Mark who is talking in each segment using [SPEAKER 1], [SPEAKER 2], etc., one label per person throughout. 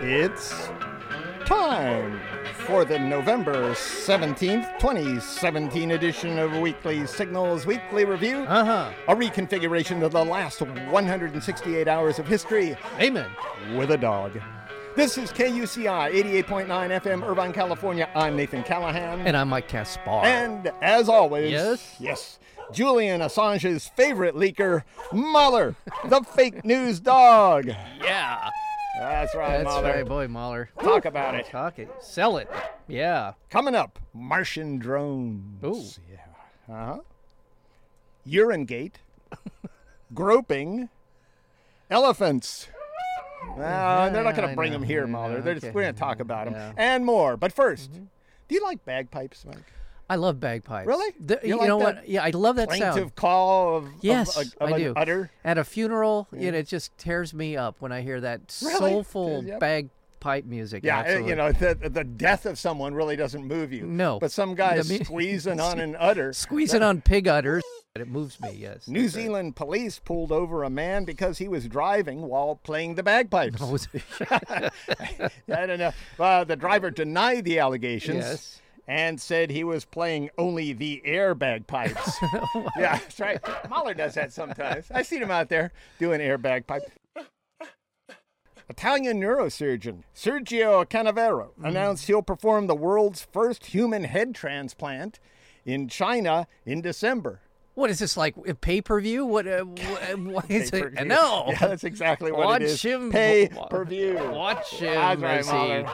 [SPEAKER 1] It's time for the November 17th, 2017 edition of Weekly Signals Weekly Review.
[SPEAKER 2] Uh huh.
[SPEAKER 1] A reconfiguration of the last 168 hours of history
[SPEAKER 2] Amen.
[SPEAKER 1] with a dog. This is KUCI 88.9 FM, Irvine, California. I'm Nathan Callahan.
[SPEAKER 2] And I'm Mike Caspar.
[SPEAKER 1] And as always,
[SPEAKER 2] Yes?
[SPEAKER 1] yes, Julian Assange's favorite leaker, Mueller, the fake news dog.
[SPEAKER 2] yeah.
[SPEAKER 1] That's right,
[SPEAKER 2] That's
[SPEAKER 1] Mueller.
[SPEAKER 2] right, boy, Mahler.
[SPEAKER 1] Talk about it.
[SPEAKER 2] Talk it. Sell it. Yeah.
[SPEAKER 1] Coming up, Martian drones.
[SPEAKER 2] Ooh.
[SPEAKER 1] Yeah. Uh huh. Urine gate, groping, elephants. No, they're not going
[SPEAKER 2] I
[SPEAKER 1] to bring
[SPEAKER 2] know,
[SPEAKER 1] them here,
[SPEAKER 2] I
[SPEAKER 1] Mahler.
[SPEAKER 2] know,
[SPEAKER 1] They're just
[SPEAKER 2] okay.
[SPEAKER 1] we're going to talk about them
[SPEAKER 2] Yeah. Mm-hmm.
[SPEAKER 1] and more. But 1st do you like bagpipes, Mike?
[SPEAKER 2] I love bagpipes.
[SPEAKER 1] Really?
[SPEAKER 2] The-
[SPEAKER 1] You
[SPEAKER 2] you
[SPEAKER 1] like
[SPEAKER 2] know
[SPEAKER 1] that
[SPEAKER 2] what? Yeah, I love that
[SPEAKER 1] Plaintive
[SPEAKER 2] sound.
[SPEAKER 1] call of, of a-
[SPEAKER 2] Yes,
[SPEAKER 1] of,
[SPEAKER 2] I
[SPEAKER 1] an
[SPEAKER 2] do.
[SPEAKER 1] udder.
[SPEAKER 2] At a funeral, you know, it just tears me up when I hear that
[SPEAKER 1] Really?
[SPEAKER 2] soulful
[SPEAKER 1] Yep.
[SPEAKER 2] bagpipe music.
[SPEAKER 1] Yeah, uh,
[SPEAKER 2] absolutely.
[SPEAKER 1] you know the the death of someone really doesn't move you.
[SPEAKER 2] No.
[SPEAKER 1] but some guys
[SPEAKER 2] The mu-
[SPEAKER 1] squeezing on an udder.
[SPEAKER 2] Squeezing on pig udders. It moves me, yes.
[SPEAKER 1] New Zealand police pulled over a man because he was driving while playing the bagpipes.
[SPEAKER 2] Oh,
[SPEAKER 1] I don't know. Uh, the driver denied the allegations
[SPEAKER 2] Yes.
[SPEAKER 1] and said he was playing only the air bagpipes. yeah, that's right. Mahler does that sometimes. I've seen him out there doing air bagpipe. Italian neurosurgeon Sergio Canavero announced he'll perform the world's first human head transplant in China in December.
[SPEAKER 2] What is this like? Pay per view? What? Uh, wh- what is it?
[SPEAKER 1] Pay-per-view.
[SPEAKER 2] No.
[SPEAKER 1] Yeah, that's exactly what
[SPEAKER 2] Watch
[SPEAKER 1] it is.
[SPEAKER 2] him.
[SPEAKER 1] Pay
[SPEAKER 2] wa-
[SPEAKER 1] per view.
[SPEAKER 2] Watch him.
[SPEAKER 1] That's right,
[SPEAKER 2] Missy.
[SPEAKER 1] Mahler.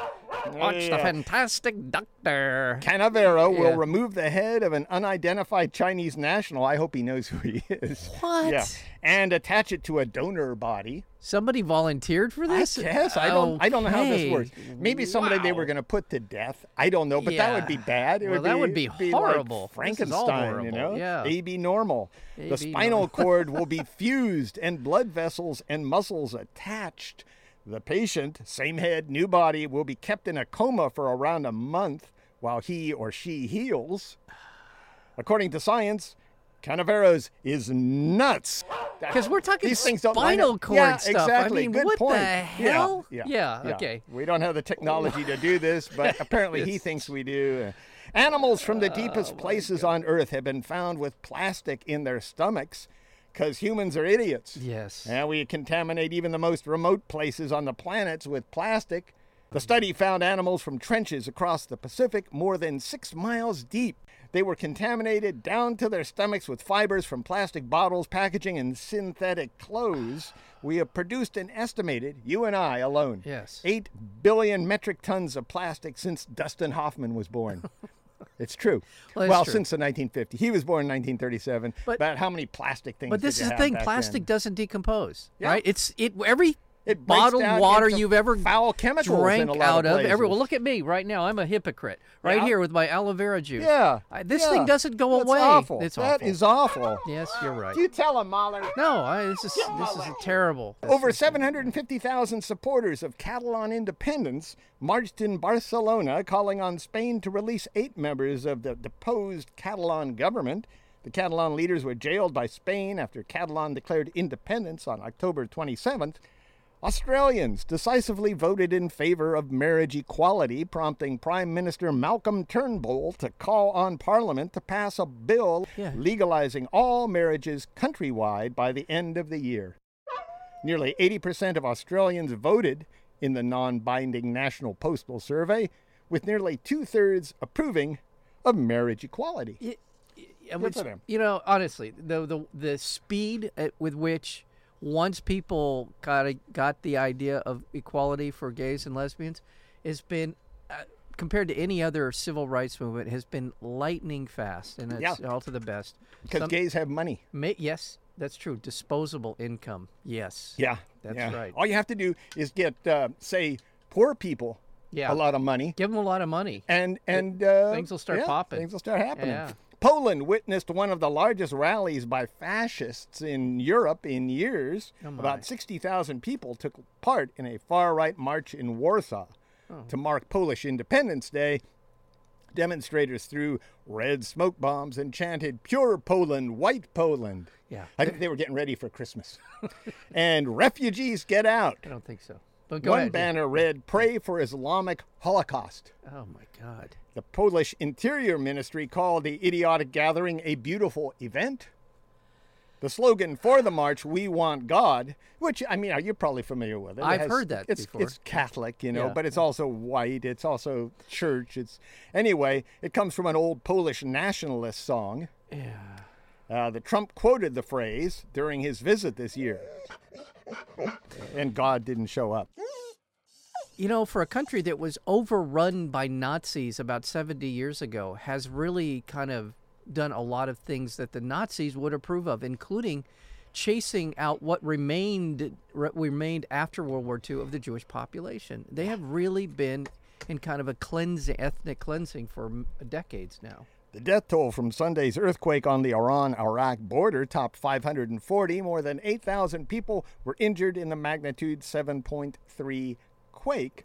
[SPEAKER 2] Watch the
[SPEAKER 1] Yeah.
[SPEAKER 2] fantastic doctor.
[SPEAKER 1] Canavero will
[SPEAKER 2] Yeah.
[SPEAKER 1] remove the head of an unidentified Chinese national. I hope he knows who he is.
[SPEAKER 2] What?
[SPEAKER 1] Yeah. And attach it to a donor body.
[SPEAKER 2] Somebody volunteered for
[SPEAKER 1] I
[SPEAKER 2] this?
[SPEAKER 1] guess. I don't I don't know how this
[SPEAKER 2] Okay.
[SPEAKER 1] works. Maybe somebody they were
[SPEAKER 2] Wow.
[SPEAKER 1] gonna put to death. I don't know, but that would be
[SPEAKER 2] Yeah.
[SPEAKER 1] bad. It
[SPEAKER 2] Well, that would be
[SPEAKER 1] like
[SPEAKER 2] horrible. This is all
[SPEAKER 1] Frankenstein, you
[SPEAKER 2] horrible.
[SPEAKER 1] know?
[SPEAKER 2] Yeah.
[SPEAKER 1] AB normal. the
[SPEAKER 2] AB
[SPEAKER 1] spinal
[SPEAKER 2] normal.
[SPEAKER 1] cord will be fused and blood vessels and muscles attached. The patient, same head, new body, will be kept in a coma for around a month while he or she heals. According to science, Canavero's is nuts.
[SPEAKER 2] Because we're talking
[SPEAKER 1] These things don't line
[SPEAKER 2] spinal
[SPEAKER 1] up.
[SPEAKER 2] cord
[SPEAKER 1] yeah,
[SPEAKER 2] stuff.
[SPEAKER 1] Exactly.
[SPEAKER 2] I mean,
[SPEAKER 1] Good
[SPEAKER 2] what
[SPEAKER 1] point.
[SPEAKER 2] the
[SPEAKER 1] Yeah,
[SPEAKER 2] hell?
[SPEAKER 1] Yeah,
[SPEAKER 2] okay.
[SPEAKER 1] We don't have the technology to do this, but apparently he thinks we do. Animals from the
[SPEAKER 2] Oh,
[SPEAKER 1] deepest places on Earth have been found with plastic in their stomachs because humans are idiots.
[SPEAKER 2] Yes.
[SPEAKER 1] And we contaminate even the most remote places on the planets with plastic. The study found animals from trenches across the Pacific more than six miles deep. They were contaminated down to their stomachs with fibers from plastic bottles, packaging, and synthetic clothes. We have produced an estimated, you and I alone,
[SPEAKER 2] Yes.
[SPEAKER 1] 8 billion metric tons of plastic since Dustin Hoffman was born. it's true.
[SPEAKER 2] Well, it's true.
[SPEAKER 1] since the 1950s. He was born in 1937. But,
[SPEAKER 2] But-
[SPEAKER 1] how many plastic things
[SPEAKER 2] But
[SPEAKER 1] did
[SPEAKER 2] this
[SPEAKER 1] you
[SPEAKER 2] is the
[SPEAKER 1] have
[SPEAKER 2] thing:
[SPEAKER 1] back then?
[SPEAKER 2] plastic doesn't decompose,
[SPEAKER 1] Yeah.
[SPEAKER 2] right? It's it every
[SPEAKER 1] It breaks
[SPEAKER 2] bottled
[SPEAKER 1] down
[SPEAKER 2] water
[SPEAKER 1] into
[SPEAKER 2] you've ever
[SPEAKER 1] foul chemicals in
[SPEAKER 2] drank
[SPEAKER 1] a lot
[SPEAKER 2] out
[SPEAKER 1] of
[SPEAKER 2] of. Every,
[SPEAKER 1] places.
[SPEAKER 2] well, look at me right now; I'm a hypocrite right
[SPEAKER 1] Yeah.
[SPEAKER 2] here with my aloe vera juice.
[SPEAKER 1] Yeah.
[SPEAKER 2] I, this
[SPEAKER 1] yeah.
[SPEAKER 2] thing doesn't go
[SPEAKER 1] That's
[SPEAKER 2] away.
[SPEAKER 1] Awful.
[SPEAKER 2] It's
[SPEAKER 1] That
[SPEAKER 2] awful.
[SPEAKER 1] is awful.
[SPEAKER 2] yes, you're right.
[SPEAKER 1] You tell him, Mahler.
[SPEAKER 2] no, I, this is this is a terrible. this
[SPEAKER 1] Over
[SPEAKER 2] is-
[SPEAKER 1] 750,000 supporters of Catalan independence marched in Barcelona, calling on Spain to release eight members of the deposed Catalan government. The Catalan leaders were jailed by Spain after Catalan declared independence on October 27th. Australians decisively voted in favor of marriage equality, prompting Prime Minister Malcolm Turnbull to call on Parliament to pass a bill
[SPEAKER 2] Yeah.
[SPEAKER 1] legalizing all marriages countrywide by the end of the year. Nearly 80% of Australians voted in the non binding National Postal Survey, with nearly two thirds approving of marriage equality.
[SPEAKER 2] Y- y- I
[SPEAKER 1] Good for
[SPEAKER 2] was-
[SPEAKER 1] them.
[SPEAKER 2] You know, honestly, the the the speed at, with which once people got a, got the idea of equality for gays and lesbians has been uh, compared to any other civil rights movement has been lightning fast, and it's
[SPEAKER 1] Yeah.
[SPEAKER 2] all to the best.
[SPEAKER 1] Because
[SPEAKER 2] Some-
[SPEAKER 1] gays have money.
[SPEAKER 2] ma- yes, that's true. Disposable income. Yes.
[SPEAKER 1] Yeah.
[SPEAKER 2] That's
[SPEAKER 1] yeah.
[SPEAKER 2] right.
[SPEAKER 1] All you have to do is get, uh, say, poor people
[SPEAKER 2] Yeah.
[SPEAKER 1] a lot of money.
[SPEAKER 2] Give them a lot of money.
[SPEAKER 1] and and uh,
[SPEAKER 2] things will start
[SPEAKER 1] yeah,
[SPEAKER 2] popping.
[SPEAKER 1] Things will start happening.
[SPEAKER 2] Yeah.
[SPEAKER 1] Poland witnessed one of the largest rallies by fascists in Europe in years.
[SPEAKER 2] Oh, my.
[SPEAKER 1] About 60,000 people took part in a far right march in Warsaw
[SPEAKER 2] Oh.
[SPEAKER 1] to mark Polish Independence Day. Demonstrators threw red smoke bombs and chanted, Pure Poland, White Poland.
[SPEAKER 2] Yeah.
[SPEAKER 1] I think they were getting ready for Christmas. and refugees get out.
[SPEAKER 2] I don't think so. But go
[SPEAKER 1] One
[SPEAKER 2] ahead.
[SPEAKER 1] banner read, Pray for Islamic Holocaust.
[SPEAKER 2] Oh my God.
[SPEAKER 1] The Polish Interior Ministry called the idiotic gathering a beautiful event. The slogan for the march, We Want God, which, I mean, you're probably familiar with it. It
[SPEAKER 2] I've heard that
[SPEAKER 1] it's,
[SPEAKER 2] before.
[SPEAKER 1] It's Catholic, you know,
[SPEAKER 2] Yeah.
[SPEAKER 1] but it's also white. It's also church. It's Anyway, it comes from an old Polish nationalist song.
[SPEAKER 2] Yeah.
[SPEAKER 1] Uh, the Trump quoted the phrase during his visit this year. and God didn't show up.
[SPEAKER 2] You know, for a country that was overrun by Nazis about 70 years ago, has really kind of done a lot of things that the Nazis would approve of, including chasing out what remained re- remained after World War II of the Jewish population. They have really been in kind of a cleansing, ethnic cleansing for m- decades now.
[SPEAKER 1] The death toll from Sunday's earthquake on the Iran Iraq border topped 540. More than 8,000 people were injured in the magnitude 7.3 quake.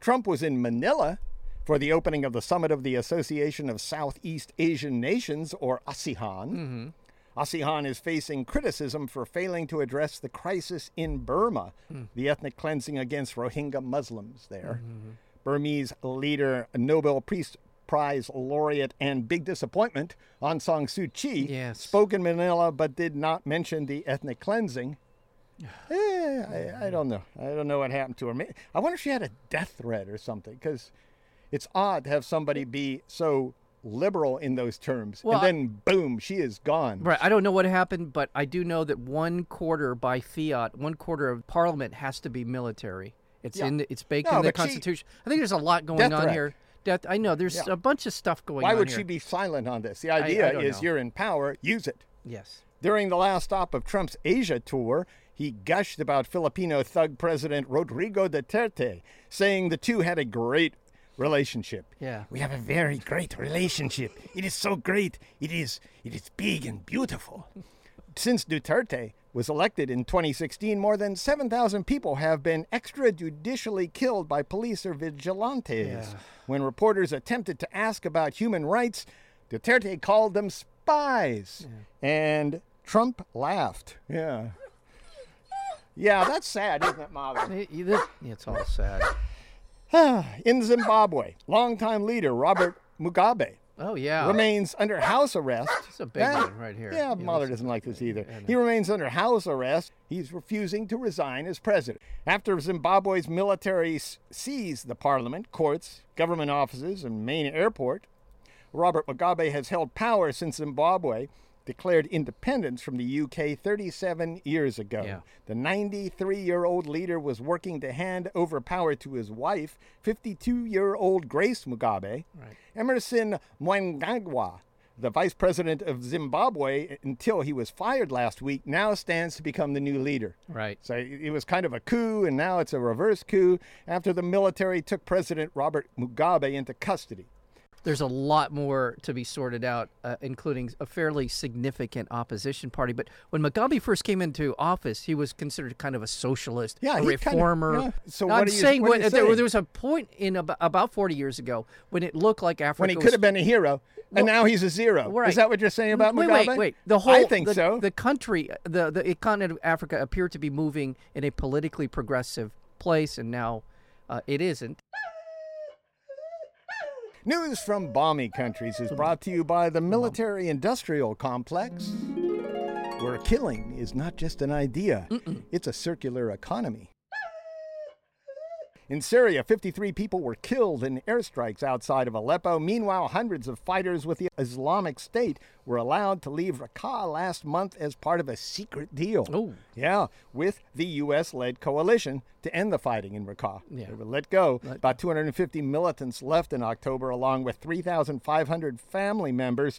[SPEAKER 1] Trump was in Manila for the opening of the summit of the Association of Southeast Asian Nations, or E ASEAN. ASEAN is facing criticism for failing to address the crisis in Burma,
[SPEAKER 2] Hmm.
[SPEAKER 1] the ethnic cleansing against Rohingya Muslims there.
[SPEAKER 2] Mm-hmm,
[SPEAKER 1] Burmese leader, Nobel Peace Prize laureate, and big disappointment, Aung San Suu Kyi,
[SPEAKER 2] Yes.
[SPEAKER 1] spoke in Manila but did not mention the ethnic cleansing. Eh, I, I don't know. I don't know what happened to her. May- I wonder if she had a death threat or something, because it's odd to have somebody be so liberal in those terms,
[SPEAKER 2] Well,
[SPEAKER 1] and
[SPEAKER 2] I-
[SPEAKER 1] then boom, she is gone.
[SPEAKER 2] Right. I don't know what happened, but I do know that one quarter by fiat, one quarter of parliament has to be military. It's
[SPEAKER 1] Yeah.
[SPEAKER 2] in. The, it's baked
[SPEAKER 1] No,
[SPEAKER 2] in the
[SPEAKER 1] but she-
[SPEAKER 2] constitution. I think there's a lot going
[SPEAKER 1] Death
[SPEAKER 2] on
[SPEAKER 1] threat.
[SPEAKER 2] here. Death. I know there's
[SPEAKER 1] Yeah.
[SPEAKER 2] a bunch of stuff going
[SPEAKER 1] Why
[SPEAKER 2] on
[SPEAKER 1] would
[SPEAKER 2] here.
[SPEAKER 1] she be silent on this? The idea
[SPEAKER 2] don't
[SPEAKER 1] is
[SPEAKER 2] know.
[SPEAKER 1] you're in power, use it.
[SPEAKER 2] Yes.
[SPEAKER 1] During the last stop of Trump's Asia tour, he gushed about Filipino thug president Rodrigo Duterte, saying the two had a great relationship.
[SPEAKER 2] Yeah.
[SPEAKER 1] We have a very great relationship. It is so great. It is it is big and beautiful. Since Duterte was elected in 2016, more than 7,000 people have been extrajudicially killed by police or vigilantes. When reporters attempted to ask about human rights, Duterte called them spies. And Trump laughed. Yeah. Yeah, that's sad, isn't it, Molly?
[SPEAKER 2] They- you- this- It's all sad.
[SPEAKER 1] In Zimbabwe, longtime leader Robert Mugabe
[SPEAKER 2] Oh yeah.
[SPEAKER 1] remains under house arrest.
[SPEAKER 2] It's a big one right here.
[SPEAKER 1] Yeah,
[SPEAKER 2] Yeah,
[SPEAKER 1] Mueller doesn't like this either. He remains under house arrest. He's refusing to resign as president. After Zimbabwe's military s- seized the parliament, courts, government offices, and main airport, Robert Mugabe has held power since Zimbabwe declared independence from the UK 37 years ago.
[SPEAKER 2] Yeah.
[SPEAKER 1] The 93 year old leader was working to hand over power to his wife, 52 year old Grace Mugabe.
[SPEAKER 2] Right.
[SPEAKER 1] Emerson Mnangagwa, the vice president of Zimbabwe until he was fired last week, now stands to become the new leader.
[SPEAKER 2] Right.
[SPEAKER 1] So it it was kind of a coup, and now it's a reverse coup after the military took President Robert Mugabe into custody.
[SPEAKER 2] There's a lot more to be sorted out, uh, including a fairly significant opposition party. But when Mugabe first came into office, he was considered kind of a socialist,
[SPEAKER 1] Yeah,
[SPEAKER 2] a
[SPEAKER 1] he kind of-
[SPEAKER 2] reformer.
[SPEAKER 1] yeah. So
[SPEAKER 2] I'm
[SPEAKER 1] what are you-
[SPEAKER 2] saying,
[SPEAKER 1] what are
[SPEAKER 2] when-
[SPEAKER 1] you
[SPEAKER 2] there,
[SPEAKER 1] saying?
[SPEAKER 2] there was a point in about, about 40 years ago when it looked like Africa
[SPEAKER 1] When he
[SPEAKER 2] was
[SPEAKER 1] could have been a hero, and now he's a zero.
[SPEAKER 2] Right.
[SPEAKER 1] Is that what you're saying about
[SPEAKER 2] wait,
[SPEAKER 1] Mugabe?
[SPEAKER 2] Wait, wait. The whole
[SPEAKER 1] I think
[SPEAKER 2] the,
[SPEAKER 1] so.
[SPEAKER 2] The country, the the continent of Africa appeared to be moving in a politically progressive place, and now uh, it isn't.
[SPEAKER 1] News from balmy countries is brought to you by the military industrial complex, where killing is not just an idea, it's a circular economy. In Syria, 53 people were killed in airstrikes outside of Aleppo. Meanwhile, hundreds of fighters with the Islamic State were allowed to leave Raqqa last month as part of a secret deal.
[SPEAKER 2] Oh.
[SPEAKER 1] Yeah, with the U.S. led coalition to end the fighting in Raqqa.
[SPEAKER 2] Yeah.
[SPEAKER 1] They were let go. About 250 militants left in October, along with 3,500 family members.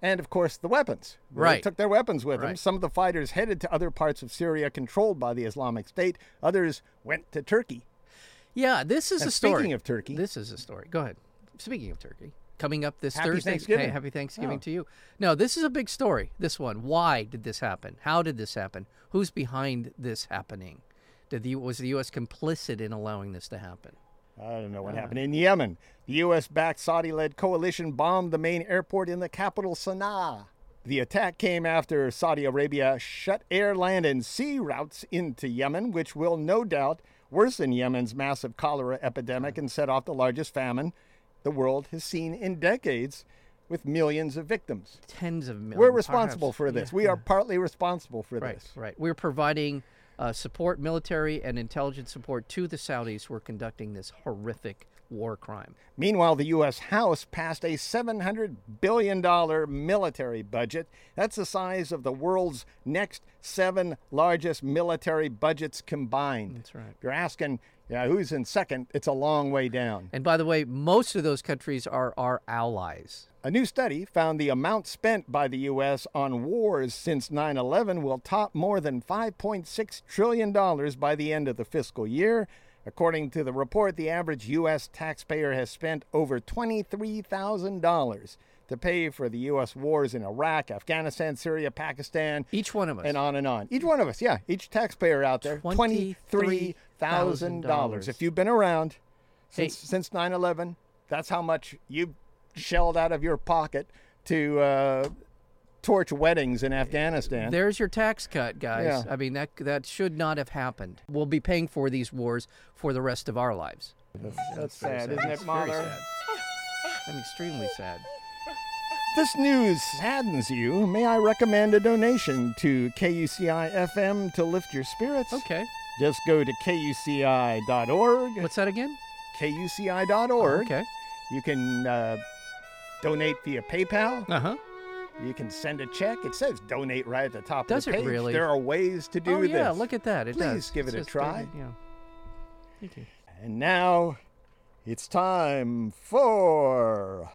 [SPEAKER 1] And of course, the weapons. They
[SPEAKER 2] Right.
[SPEAKER 1] took their weapons with them.
[SPEAKER 2] Right.
[SPEAKER 1] Some of the fighters headed to other parts of Syria controlled by the Islamic State. Others went to Turkey.
[SPEAKER 2] Yeah, this is
[SPEAKER 1] And
[SPEAKER 2] a story.
[SPEAKER 1] speaking of Turkey-
[SPEAKER 2] this is a story. Go ahead. Speaking of Turkey, coming up this
[SPEAKER 1] Happy
[SPEAKER 2] Thursday.
[SPEAKER 1] Thanksgiving.
[SPEAKER 2] Hey, happy Thanksgiving
[SPEAKER 1] Oh.
[SPEAKER 2] to you. No, this is a big story. This one. Why did this happen? How did this happen? Who's behind this happening? Did the was the U.S. complicit in allowing this to happen?
[SPEAKER 1] I don't know
[SPEAKER 2] Uh-huh.
[SPEAKER 1] what happened. In Yemen, the U.S. backed Saudi led coalition bombed the main airport in the capital, Sana'a. The attack came after Saudi Arabia shut air, land, and sea routes into Yemen, which will no doubt worsen Yemen's massive cholera epidemic and set off the largest famine the world has seen in decades with millions of victims.
[SPEAKER 2] Tens of millions.
[SPEAKER 1] We're responsible
[SPEAKER 2] Um, perhaps.
[SPEAKER 1] for this. We are partly responsible for
[SPEAKER 2] Right,
[SPEAKER 1] this.
[SPEAKER 2] right. We're providing uh, support, military and intelligence support to the Saudis who are conducting this horrific war crime.
[SPEAKER 1] Meanwhile, the U.S. House passed a $700 billion military budget. That's the size of the world's next seven largest military budgets combined.
[SPEAKER 2] That's right.
[SPEAKER 1] You're asking, yeah, who's in second? It's a long way down.
[SPEAKER 2] And by the way, most of those countries are our allies.
[SPEAKER 1] A new study found the amount spent by the U.S. on wars since 9 11 will top more than $5.6 trillion by the end of the fiscal year. According to the report, the average U.S. taxpayer has spent over $23,000 to pay for the U.S. wars in Iraq, Afghanistan, Syria, Pakistan,
[SPEAKER 2] Each one of us.
[SPEAKER 1] and on and on. Each one of us, yeah, each taxpayer out there, $23,000.
[SPEAKER 2] $23,000.
[SPEAKER 1] If you've been around
[SPEAKER 2] Hey.
[SPEAKER 1] since since 9/11, that's how much you shelled out of your pocket to uh, torch weddings in Afghanistan.
[SPEAKER 2] There's your tax cut, guys.
[SPEAKER 1] Yeah.
[SPEAKER 2] I mean that that should not have happened. We'll be paying for these wars for the rest of our lives.
[SPEAKER 1] that's sad, isn't
[SPEAKER 2] It's
[SPEAKER 1] it,
[SPEAKER 2] very
[SPEAKER 1] Mahler?
[SPEAKER 2] sad. I'm extremely sad.
[SPEAKER 1] this news saddens you. May I recommend a donation to KUCI FM to lift your spirits?
[SPEAKER 2] Okay.
[SPEAKER 1] Just go to kuci.org.
[SPEAKER 2] What's that again?
[SPEAKER 1] kuci.org.
[SPEAKER 2] Okay.
[SPEAKER 1] You can uh, donate via PayPal.
[SPEAKER 2] Uh huh.
[SPEAKER 1] You can send a check. It says donate right at the top
[SPEAKER 2] Does
[SPEAKER 1] of
[SPEAKER 2] it
[SPEAKER 1] the page.
[SPEAKER 2] really?
[SPEAKER 1] There are ways to do
[SPEAKER 2] Oh
[SPEAKER 1] this.
[SPEAKER 2] yeah, look at that. It
[SPEAKER 1] Please
[SPEAKER 2] does.
[SPEAKER 1] give it a
[SPEAKER 2] says
[SPEAKER 1] try.
[SPEAKER 2] donate, Yeah. Thank you.
[SPEAKER 1] And now it's time for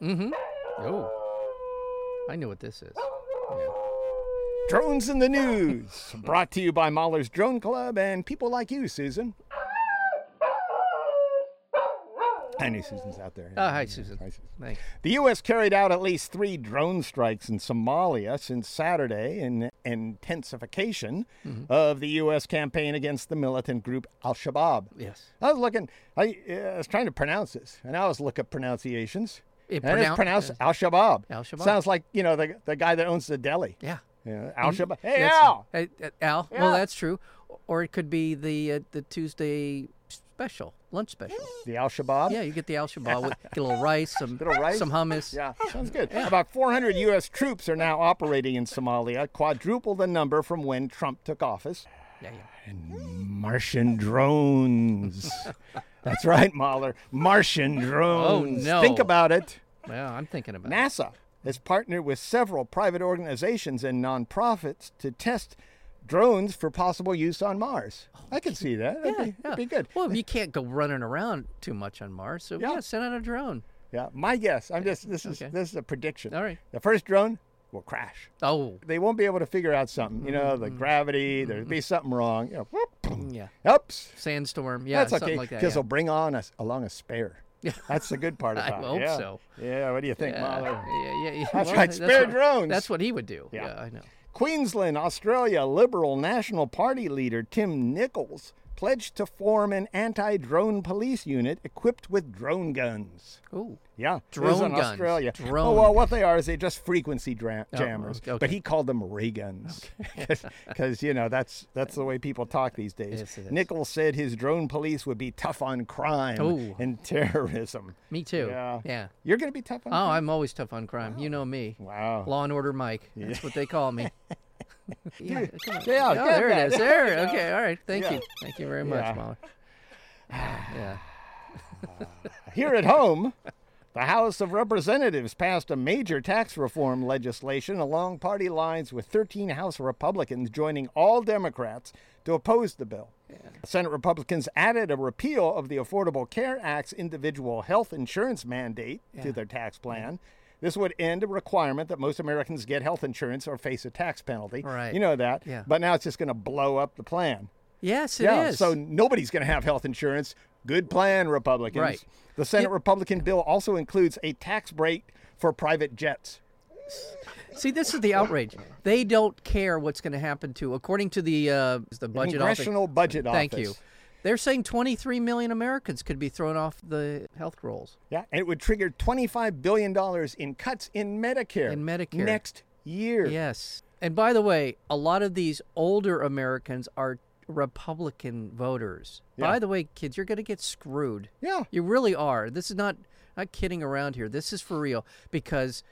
[SPEAKER 2] Mm-hmm. Oh. I know what this is. Oh, Yeah.
[SPEAKER 1] Drones in the News, brought to you by Mahler's Drone Club and people like you, Susan. I know Susan's out there.
[SPEAKER 2] Oh, hi, Susan.
[SPEAKER 1] Hi, Susan.
[SPEAKER 2] Thanks.
[SPEAKER 1] The U.S. carried out at least three drone strikes in Somalia since Saturday in intensification
[SPEAKER 2] Mm-hmm.
[SPEAKER 1] of the U.S. campaign against the militant group Al Shabaab.
[SPEAKER 2] Yes.
[SPEAKER 1] I was looking. I, uh, I was trying to pronounce this, and I always look up pronunciations.
[SPEAKER 2] It
[SPEAKER 1] and it's
[SPEAKER 2] pronoun-
[SPEAKER 1] pronounced Al Shabaab.
[SPEAKER 2] Al Shabaab.
[SPEAKER 1] Sounds like you know the the guy that owns the deli.
[SPEAKER 2] Yeah. Mm-hmm.
[SPEAKER 1] Yeah, Al Shabaab. Hey
[SPEAKER 2] That's-
[SPEAKER 1] Al.
[SPEAKER 2] uh, uh, Al.
[SPEAKER 1] Yeah.
[SPEAKER 2] Well, that's true. Or it could be the uh, the Tuesday special, lunch special.
[SPEAKER 1] The Al Shabaab.
[SPEAKER 2] Yeah, you get the al shabaab with get a little rice, some
[SPEAKER 1] Little rice?
[SPEAKER 2] some hummus.
[SPEAKER 1] Yeah, sounds good. About 400 U.S. troops are now operating in Somalia, quadruple the number from when Trump took office.
[SPEAKER 2] yeah, yeah.
[SPEAKER 1] Martian drones. That's right, Mahler. Martian drones.
[SPEAKER 2] Oh, no.
[SPEAKER 1] Think about it.
[SPEAKER 2] Well, I'm thinking about it.
[SPEAKER 1] NASA has partnered with several private organizations and nonprofits to test drones for possible use on Mars. I can see that. That'd, be, that'd be good.
[SPEAKER 2] Oh, Well, you can't go running around too much on Mars, so
[SPEAKER 1] Yeah.
[SPEAKER 2] yeah, send out a drone.
[SPEAKER 1] Yeah, my guess. I'm just this is
[SPEAKER 2] Okay.
[SPEAKER 1] this is a prediction.
[SPEAKER 2] All right.
[SPEAKER 1] The first drone will crash.
[SPEAKER 2] Oh,
[SPEAKER 1] They won't be able to figure out something. You know,
[SPEAKER 2] Mm-hmm.
[SPEAKER 1] the gravity. There'll be something wrong. You know, whoop, boom.
[SPEAKER 2] yeah,
[SPEAKER 1] Oops.
[SPEAKER 2] sandstorm. Yeah,
[SPEAKER 1] that's okay
[SPEAKER 2] something like that.
[SPEAKER 1] they'll
[SPEAKER 2] Yeah.
[SPEAKER 1] bring on us along a spare.
[SPEAKER 2] Yeah.
[SPEAKER 1] That's the good part
[SPEAKER 2] I
[SPEAKER 1] about it.
[SPEAKER 2] hope
[SPEAKER 1] yeah.
[SPEAKER 2] so.
[SPEAKER 1] Yeah, what do you think,
[SPEAKER 2] Yeah,
[SPEAKER 1] Mahler?
[SPEAKER 2] yeah, yeah, yeah.
[SPEAKER 1] That's
[SPEAKER 2] Well,
[SPEAKER 1] right, spare
[SPEAKER 2] what-
[SPEAKER 1] drones.
[SPEAKER 2] That's what he would do.
[SPEAKER 1] Yeah.
[SPEAKER 2] Yeah, I know.
[SPEAKER 1] Queensland, Australia Liberal National Party leader Tim Nichols pledged to form an anti drone police unit equipped with drone guns.
[SPEAKER 2] Oh,
[SPEAKER 1] Yeah, it was
[SPEAKER 2] Drone
[SPEAKER 1] in
[SPEAKER 2] guns.
[SPEAKER 1] Australia.
[SPEAKER 2] Drone Oh,
[SPEAKER 1] Oh, well, what they are is they just frequency dra- jammers,
[SPEAKER 2] okay.
[SPEAKER 1] but he called them ray guns because you know that's that's the way people talk these days.
[SPEAKER 2] Yes, it is.
[SPEAKER 1] Nichols said his drone police would be tough on crime
[SPEAKER 2] Ooh.
[SPEAKER 1] and terrorism.
[SPEAKER 2] me too.
[SPEAKER 1] Yeah.
[SPEAKER 2] yeah.
[SPEAKER 1] You're going to be tough on.
[SPEAKER 2] Oh, I'm always tough on crime. You know me.
[SPEAKER 1] Wow.
[SPEAKER 2] Law and Order Mike. That's what they call me. yeah, come on.
[SPEAKER 1] yeah,
[SPEAKER 2] Oh,
[SPEAKER 1] get
[SPEAKER 2] there
[SPEAKER 1] that.
[SPEAKER 2] it is. There. Okay. All right. Thank
[SPEAKER 1] Yeah.
[SPEAKER 2] you. Thank you very much,
[SPEAKER 1] Yeah.
[SPEAKER 2] Mahler. Yeah.
[SPEAKER 1] Here at home, the House of Representatives passed a major tax reform legislation along party lines with 13 House Republicans joining all Democrats to oppose the bill. Senate Republicans added a repeal of the Affordable Care Act's individual health insurance mandate to their tax plan. This would end a requirement that most Americans get health insurance or face a tax penalty.
[SPEAKER 2] Right.
[SPEAKER 1] You know that.
[SPEAKER 2] Yeah.
[SPEAKER 1] But now it's just going to blow up the plan.
[SPEAKER 2] Yes, it is.
[SPEAKER 1] Yeah, so nobody's going to have health insurance. Good plan, Republicans.
[SPEAKER 2] Right.
[SPEAKER 1] The Senate Republican bill also includes a tax break for private jets.
[SPEAKER 2] See, this is the outrage. They don't care what's going to happen to, according to the uh, the budget
[SPEAKER 1] Congressional Budget
[SPEAKER 2] office.
[SPEAKER 1] Office.
[SPEAKER 2] Thank you. They're saying 23 million Americans could be thrown off the health rolls.
[SPEAKER 1] Yeah, and it would trigger $25 billion in cuts in Medicare.
[SPEAKER 2] In Medicare.
[SPEAKER 1] Next year.
[SPEAKER 2] Yes. And by the way, a lot of these older Americans are Republican voters.
[SPEAKER 1] Yeah.
[SPEAKER 2] By the way, kids, you're going to get screwed.
[SPEAKER 1] Yeah.
[SPEAKER 2] You really are. This is not not kidding around here. This is for real because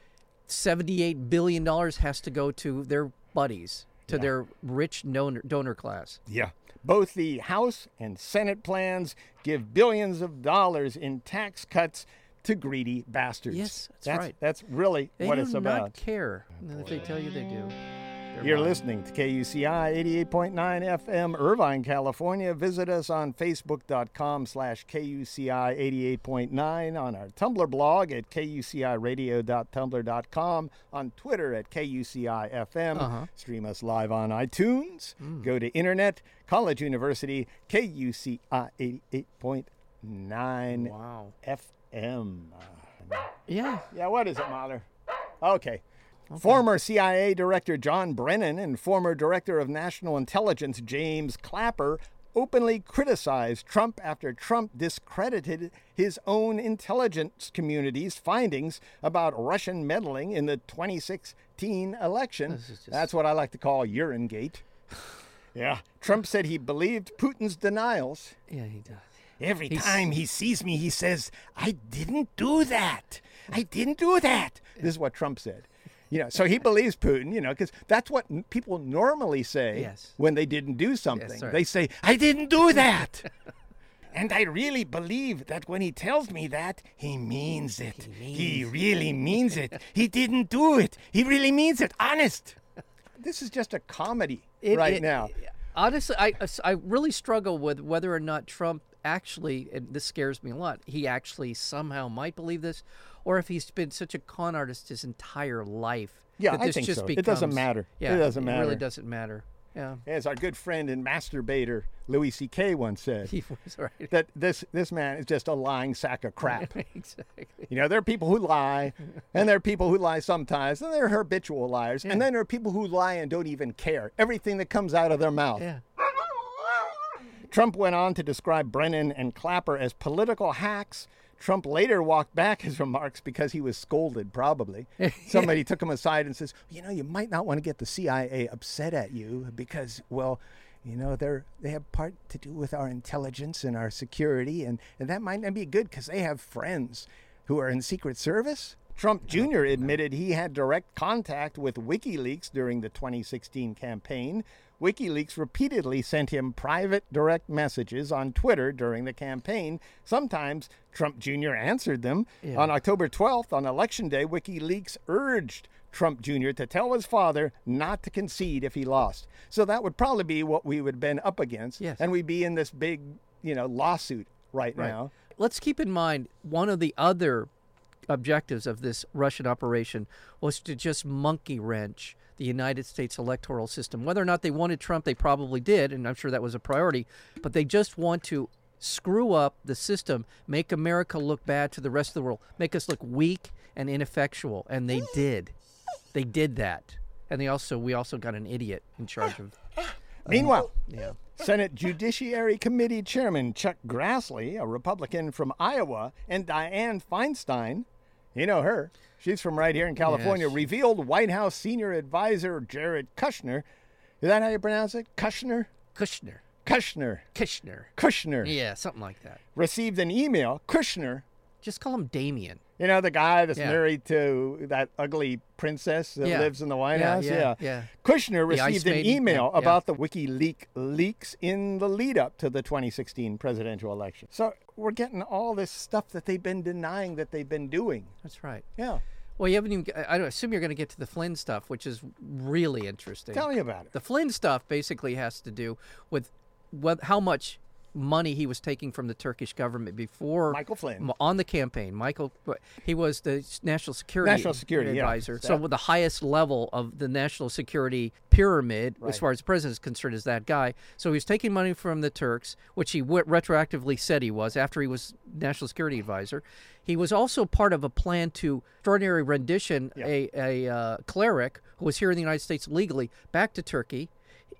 [SPEAKER 2] 78 billion dollars has to go to their buddies, to their rich donor donor class.
[SPEAKER 1] Yeah. Both the House and Senate plans give billions of dollars in tax cuts to greedy bastards.
[SPEAKER 2] Yes, that's right.
[SPEAKER 1] That's really
[SPEAKER 2] They
[SPEAKER 1] what
[SPEAKER 2] do
[SPEAKER 1] it's
[SPEAKER 2] not
[SPEAKER 1] about.
[SPEAKER 2] care. And if they tell you they do. they're
[SPEAKER 1] You're
[SPEAKER 2] lying.
[SPEAKER 1] listening to KUCI 88.9 FM, Irvine, California. Visit us on facebook.com slash KUCI 88.9, on our Tumblr blog at kuciradio.tumblr.com, on Twitter at KUCI FM.
[SPEAKER 2] Uh-huh.
[SPEAKER 1] Stream us live on iTunes.
[SPEAKER 2] Hmm.
[SPEAKER 1] Go to internet, College University, KUCI 88.9
[SPEAKER 2] Wow.
[SPEAKER 1] FM.
[SPEAKER 2] Yeah.
[SPEAKER 1] Yeah, what is it, Mahler? Okay. Former CIA Director John Brennan and former Director of National Intelligence James Clapper openly criticized Trump after Trump discredited his own intelligence community's findings about Russian meddling in the 2016 election. That's what I like to call Uringate. yeah. Trump said he believed Putin's denials.
[SPEAKER 2] Yeah, he does.
[SPEAKER 1] Every time he sees me, he says, I didn't do that. I didn't do that. This is what Trump said. You know, so he believes Putin, you know, because that's what n- people normally say
[SPEAKER 2] Yes.
[SPEAKER 1] when they didn't do something.
[SPEAKER 2] right.
[SPEAKER 1] They say, I didn't do that. and I really believe that when he tells me that, he means it. He, really means it. he didn't do it. He really means it. Honest. This is just a comedy
[SPEAKER 2] It-
[SPEAKER 1] right
[SPEAKER 2] it-
[SPEAKER 1] now.
[SPEAKER 2] Honestly, I, I really struggle with whether or not Trump actually, and this scares me a lot, he actually somehow might believe this, or if he's been such a con artist his entire life.
[SPEAKER 1] Yeah,
[SPEAKER 2] that
[SPEAKER 1] I
[SPEAKER 2] this
[SPEAKER 1] think
[SPEAKER 2] just
[SPEAKER 1] so. It
[SPEAKER 2] Becomes,
[SPEAKER 1] doesn't matter.
[SPEAKER 2] Yeah,
[SPEAKER 1] It doesn't
[SPEAKER 2] It
[SPEAKER 1] matter.
[SPEAKER 2] really doesn't matter. Yeah.
[SPEAKER 1] As our good friend and masturbator Louis C.K. once said,
[SPEAKER 2] He was right.
[SPEAKER 1] that this this man is just a lying sack of crap.
[SPEAKER 2] exactly.
[SPEAKER 1] You know, there are people who lie, and there are people who lie sometimes, and there are habitual liars, and then there are people who lie and don't even care everything that comes out of their mouth.
[SPEAKER 2] Yeah.
[SPEAKER 1] Trump went on to describe Brennan and Clapper as political hacks. Trump later walked back his remarks because he was scolded, probably. Somebody took him aside and says, You know, you might not want to get the CIA upset at you because, well, you know, they're, they have part to do with our intelligence and our security, and, and that might not be good because they have friends who are in Secret Service. Trump Jr. admitted he had direct contact with WikiLeaks during the 2016 campaign. WikiLeaks repeatedly sent him private direct messages on Twitter during the campaign. Sometimes Trump Jr. answered them. On October 12th, on election day, WikiLeaks urged Trump Jr. to tell his father not to concede if he lost. So that would probably be what we would have been up against.
[SPEAKER 2] Yes.
[SPEAKER 1] And we'd be in this big, you know, lawsuit right, now.
[SPEAKER 2] Let's keep in mind one of the other objectives of this Russian operation was to just monkey wrench the United States electoral system. Whether or not they wanted Trump, they probably did, and I'm sure that was a priority, but they just want to screw up the system, make America look bad to the rest of the world, make us look weak and ineffectual, and they did. They did that. And they also we also got an idiot in charge of
[SPEAKER 1] Meanwhile,
[SPEAKER 2] yeah.
[SPEAKER 1] Senate Judiciary Committee Chairman Chuck Grassley, a Republican from Iowa, and Dianne Feinstein, you know her, she's from right here in California,
[SPEAKER 2] Yes.
[SPEAKER 1] revealed White House senior advisor Jared Kushner. Is that how you pronounce it? Kushner?
[SPEAKER 2] Kushner.
[SPEAKER 1] Kushner.
[SPEAKER 2] Kushner.
[SPEAKER 1] Kushner.
[SPEAKER 2] Yeah, something like that.
[SPEAKER 1] Received an email, Kushner.
[SPEAKER 2] Just call him Damien.
[SPEAKER 1] You know, the guy that's
[SPEAKER 2] Yeah.
[SPEAKER 1] married to that ugly princess that
[SPEAKER 2] Yeah.
[SPEAKER 1] lives in the White
[SPEAKER 2] Yeah,
[SPEAKER 1] House.
[SPEAKER 2] yeah,
[SPEAKER 1] Yeah.
[SPEAKER 2] yeah.
[SPEAKER 1] Kushner
[SPEAKER 2] The Ice
[SPEAKER 1] received an
[SPEAKER 2] Maiden, yeah,
[SPEAKER 1] email
[SPEAKER 2] yeah.
[SPEAKER 1] about the WikiLeaks leaks in the lead up to the 2016 presidential election. So we're getting all this stuff that they've been denying that they've been doing.
[SPEAKER 2] That's right.
[SPEAKER 1] Yeah.
[SPEAKER 2] Well, you haven't even. I I don't assume you're going to get to the Flynn stuff, which is really interesting.
[SPEAKER 1] Tell me about it.
[SPEAKER 2] The Flynn stuff basically has to do with what, how much money he was taking from the Turkish government before
[SPEAKER 1] Michael Flynn.
[SPEAKER 2] m- on the campaign. Michael, he was the s- national security
[SPEAKER 1] National security, yeah.
[SPEAKER 2] advisor. So with the highest level of the national security pyramid, as far as the president is concerned, is that guy. So he was taking money from the Turks, which he w- retroactively said he was after he was national security advisor. He was also part of a plan to extraordinary rendition a, a uh, cleric who was here in the United States legally back to Turkey.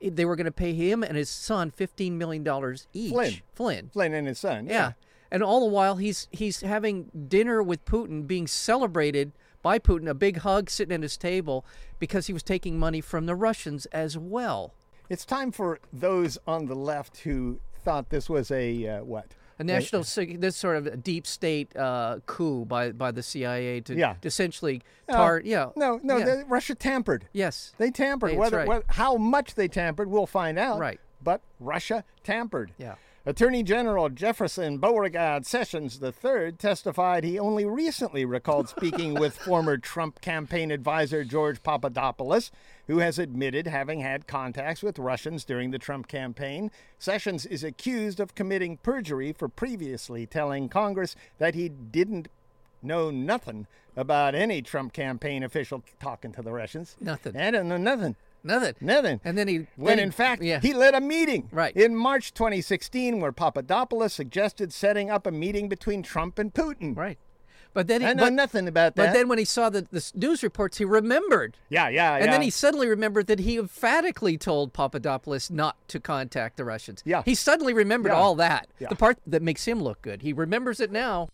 [SPEAKER 2] They were going to pay him and his son fifteen million dollars each.
[SPEAKER 1] Flynn.
[SPEAKER 2] Flynn.
[SPEAKER 1] Flynn and his son.
[SPEAKER 2] Yeah. And all the while he's he's having dinner with Putin, being celebrated by Putin, a big hug sitting at his table because he was taking money from the Russians as well.
[SPEAKER 1] It's time for those on the left who thought this was a uh, what?
[SPEAKER 2] A national, sec- this sort of a deep state uh, coup by, by the CIA to,
[SPEAKER 1] Yeah.
[SPEAKER 2] to essentially tar, yeah,
[SPEAKER 1] No, no,
[SPEAKER 2] yeah.
[SPEAKER 1] the- Russia tampered.
[SPEAKER 2] yes,
[SPEAKER 1] They tampered.
[SPEAKER 2] That's
[SPEAKER 1] Whether
[SPEAKER 2] right.
[SPEAKER 1] whe- how much they tampered, we'll find out.
[SPEAKER 2] Right.
[SPEAKER 1] But Russia tampered.
[SPEAKER 2] Yeah.
[SPEAKER 1] Attorney General Jefferson Beauregard Sessions III testified he only recently recalled speaking with former Trump campaign advisor George Papadopoulos, who has admitted having had contacts with Russians during the Trump campaign. Sessions is accused of committing perjury for previously telling Congress that he didn't know nothing about any Trump campaign official talking to the Russians.
[SPEAKER 2] Nothing.
[SPEAKER 1] I don't know Eh, nothing.
[SPEAKER 2] nothing,
[SPEAKER 1] Nothing.
[SPEAKER 2] and then he
[SPEAKER 1] When
[SPEAKER 2] then he-
[SPEAKER 1] in fact,
[SPEAKER 2] yeah,
[SPEAKER 1] he led a meeting
[SPEAKER 2] Right.
[SPEAKER 1] in March 2016 where Papadopoulos suggested setting up a meeting between Trump and Putin.
[SPEAKER 2] right, but then he,
[SPEAKER 1] I know
[SPEAKER 2] but,
[SPEAKER 1] nothing about that.
[SPEAKER 2] but then when he saw the, the s- news reports, he remembered.
[SPEAKER 1] yeah, yeah,
[SPEAKER 2] And
[SPEAKER 1] yeah.
[SPEAKER 2] then he suddenly remembered that he emphatically told Papadopoulos not to contact the Russians.
[SPEAKER 1] Yeah.
[SPEAKER 2] He suddenly remembered
[SPEAKER 1] Yeah.
[SPEAKER 2] all that.
[SPEAKER 1] Yeah.
[SPEAKER 2] The part that makes him look good. He remembers it now.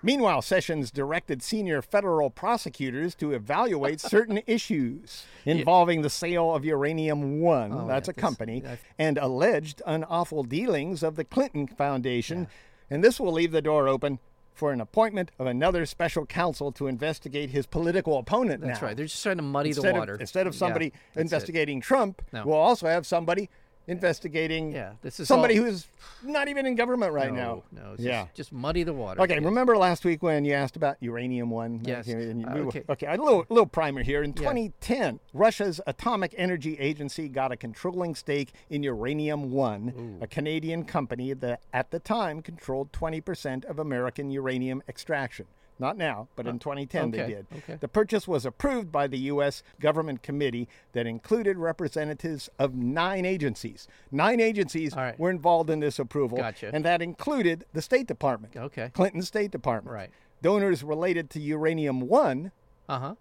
[SPEAKER 1] Meanwhile, Sessions directed senior federal prosecutors to evaluate certain issues involving the sale of Uranium One,
[SPEAKER 2] Oh,
[SPEAKER 1] that's a company, and alleged unlawful dealings of the Clinton Foundation. And this will leave the door open for an appointment of another special counsel to investigate his political opponent
[SPEAKER 2] That's
[SPEAKER 1] now.
[SPEAKER 2] right. They're just trying to muddy
[SPEAKER 1] instead
[SPEAKER 2] the water.
[SPEAKER 1] Of, instead of
[SPEAKER 2] Yeah,
[SPEAKER 1] somebody
[SPEAKER 2] that's it.
[SPEAKER 1] investigating Trump,
[SPEAKER 2] No.
[SPEAKER 1] we'll also have somebody investigating
[SPEAKER 2] Yeah, this is
[SPEAKER 1] somebody
[SPEAKER 2] all-
[SPEAKER 1] who's not even in government right now.
[SPEAKER 2] No, Oh, no. It's
[SPEAKER 1] yeah.
[SPEAKER 2] just, just muddy the water.
[SPEAKER 1] Okay, remember last week when you asked about uranium one?
[SPEAKER 2] Yes.
[SPEAKER 1] Okay, and you-
[SPEAKER 2] Uh,
[SPEAKER 1] we were-
[SPEAKER 2] okay.
[SPEAKER 1] okay, a little little primer here. In 2010, Russia's Atomic Energy Agency got a controlling stake in Uranium One, a Canadian company that at the time controlled 20% of American uranium extraction. Not now, but in 2010 they
[SPEAKER 2] Uh, okay,
[SPEAKER 1] did.
[SPEAKER 2] okay.
[SPEAKER 1] The purchase was approved by the U.S. government committee that included representatives of nine agencies. Nine agencies
[SPEAKER 2] All right.
[SPEAKER 1] were involved in this approval,
[SPEAKER 2] Gotcha.
[SPEAKER 1] and that included the State Department.
[SPEAKER 2] Okay.
[SPEAKER 1] Clinton State Department.
[SPEAKER 2] Right.
[SPEAKER 1] Donors related to Uranium One,
[SPEAKER 2] Uh huh.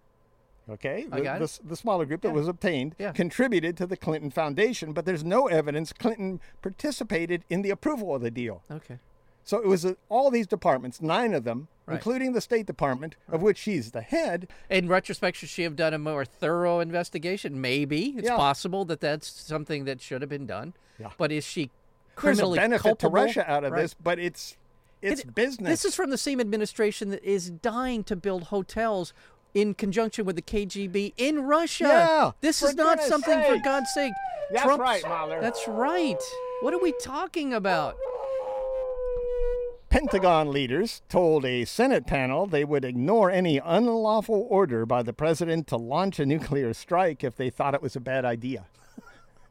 [SPEAKER 1] okay,
[SPEAKER 2] I
[SPEAKER 1] the,
[SPEAKER 2] got
[SPEAKER 1] the, s- the smaller group that was obtained,
[SPEAKER 2] Yeah.
[SPEAKER 1] contributed to the Clinton Foundation, but there's no evidence Clinton participated in the approval of the deal.
[SPEAKER 2] Okay.
[SPEAKER 1] So it was uh, all these departments, nine of them,
[SPEAKER 2] Right.
[SPEAKER 1] including the State Department, of which she's the head.
[SPEAKER 2] In retrospect, should she have done a more thorough investigation? Maybe it's
[SPEAKER 1] Yeah.
[SPEAKER 2] possible that that's something that should have been done.
[SPEAKER 1] Yeah.
[SPEAKER 2] But is she
[SPEAKER 1] There's a
[SPEAKER 2] criminally
[SPEAKER 1] benefit
[SPEAKER 2] culpable?
[SPEAKER 1] to Russia out of
[SPEAKER 2] Right.
[SPEAKER 1] this, but it's it's
[SPEAKER 2] It-
[SPEAKER 1] business.
[SPEAKER 2] This is from the same administration that is dying to build hotels in conjunction with the KGB in Russia.
[SPEAKER 1] Yeah,
[SPEAKER 2] this
[SPEAKER 1] for
[SPEAKER 2] is not
[SPEAKER 1] goodness
[SPEAKER 2] something for
[SPEAKER 1] sake.
[SPEAKER 2] God's sake.
[SPEAKER 1] That's
[SPEAKER 2] Trump's-
[SPEAKER 1] right, Mahler.
[SPEAKER 2] That's right. What are we talking about?
[SPEAKER 1] Pentagon leaders told a Senate panel they would ignore any unlawful order by the president to launch a nuclear strike if they thought it was a bad idea.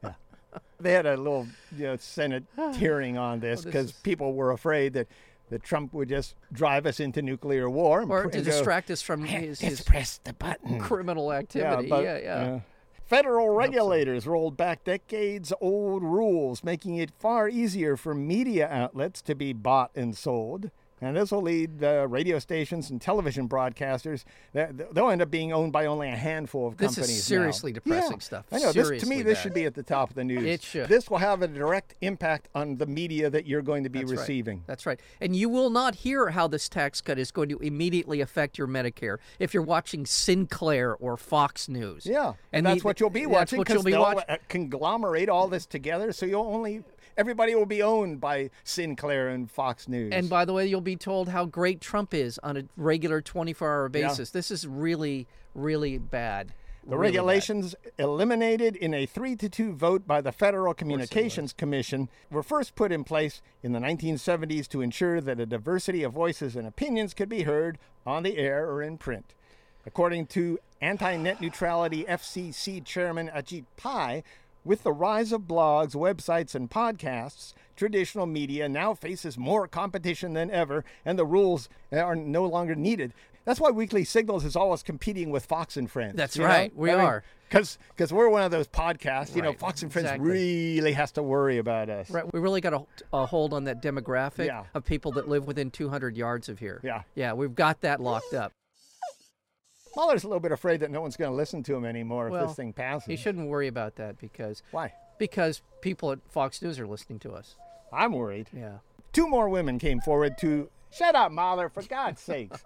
[SPEAKER 1] Yeah. They had a little you know, Senate hearing on this because people were afraid that, that Trump would just drive us into nuclear war and
[SPEAKER 2] Or
[SPEAKER 1] pr-
[SPEAKER 2] to
[SPEAKER 1] and go,
[SPEAKER 2] distract us from his,
[SPEAKER 1] Just
[SPEAKER 2] his
[SPEAKER 1] press the button.
[SPEAKER 2] criminal activity. Yeah,
[SPEAKER 1] but-
[SPEAKER 2] yeah.
[SPEAKER 1] Federal regulators rolled back decades old rules, making it far easier for media outlets to be bought and sold. And this will lead uh, radio stations and television broadcasters. That they'll end up being owned by only a handful of
[SPEAKER 2] This is
[SPEAKER 1] companies. now.
[SPEAKER 2] seriously depressing
[SPEAKER 1] Yeah.
[SPEAKER 2] stuff.
[SPEAKER 1] I know. This, to me,
[SPEAKER 2] Seriously
[SPEAKER 1] this
[SPEAKER 2] bad.
[SPEAKER 1] should be at the top of the news.
[SPEAKER 2] It should.
[SPEAKER 1] This will have a direct impact on the media that you're going to be
[SPEAKER 2] That's right.
[SPEAKER 1] receiving.
[SPEAKER 2] That's right. And you will not hear how this tax cut is going to immediately affect your Medicare if you're watching Sinclair or Fox News.
[SPEAKER 1] Yeah, and,
[SPEAKER 2] the-
[SPEAKER 1] that's what you'll be
[SPEAKER 2] that's
[SPEAKER 1] watching
[SPEAKER 2] what
[SPEAKER 1] because
[SPEAKER 2] you'll be
[SPEAKER 1] they'll
[SPEAKER 2] watch-
[SPEAKER 1] uh, conglomerate all this together. So you'll only everybody will be owned by Sinclair and Fox News.
[SPEAKER 2] And by the way, you'll be told how great Trump is on a regular 24 hour basis. This is really, really bad.
[SPEAKER 1] the
[SPEAKER 2] Really bad.
[SPEAKER 1] regulations eliminated in a three to two vote by the Federal Communications Commission were first put in place in the 1970s to ensure that a diversity of voices and opinions could be heard on the air or in print. According to anti net neutrality FCC Chairman Ajit Pai, with the rise of blogs, websites, and podcasts, traditional media now faces more competition than ever, and the rules are no longer needed. That's why Weekly Signals is always competing with Fox and Friends.
[SPEAKER 2] That's right. We are.
[SPEAKER 1] Because we're one of those podcasts, you know,
[SPEAKER 2] Right.
[SPEAKER 1] Fox and Friends
[SPEAKER 2] Exactly.
[SPEAKER 1] really has to worry about us.
[SPEAKER 2] Right, we really got a, a hold on that demographic
[SPEAKER 1] Yeah.
[SPEAKER 2] of people that live within 200 yards of here.
[SPEAKER 1] Yeah.
[SPEAKER 2] Yeah, we've got that locked up.
[SPEAKER 1] Mahler's a little bit afraid that no one's going to listen to him anymore if
[SPEAKER 2] Well,
[SPEAKER 1] this thing passes.
[SPEAKER 2] You shouldn't worry about that because
[SPEAKER 1] Why?
[SPEAKER 2] because people at Fox News are listening to us.
[SPEAKER 1] I'm worried.
[SPEAKER 2] Yeah.
[SPEAKER 1] Two more women came forward to shut up, Mahler, for God's sakes.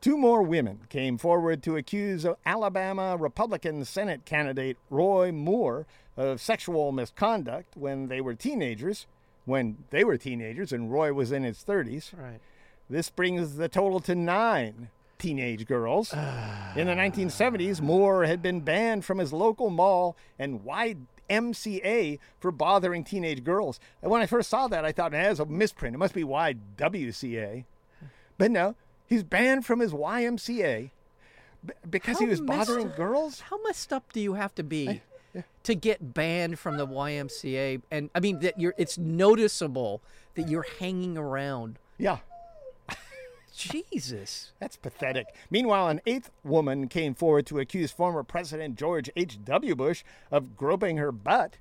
[SPEAKER 1] Two more women came forward to accuse Alabama Republican Senate candidate Roy Moore of sexual misconduct when they were teenagers, when they were teenagers and Roy was in his 30s.
[SPEAKER 2] Right.
[SPEAKER 1] This brings the total to nine teenage girls. in the 1970s, Moore had been banned from his local mall and wide MCA for bothering teenage girls. And when I first saw that, I thought, man, that's a misprint. It must be wide WCA. But no, he's banned from his YMCA b- because he
[SPEAKER 2] How
[SPEAKER 1] was bothering
[SPEAKER 2] messed-
[SPEAKER 1] girls.
[SPEAKER 2] How messed up do you have to be to get banned from the YMCA? And I mean that you're it's noticeable that you're hanging around.
[SPEAKER 1] Yeah.
[SPEAKER 2] Jesus.
[SPEAKER 1] That's pathetic. Meanwhile, an eighth woman came forward to accuse former President George H.W. Bush of groping her butt.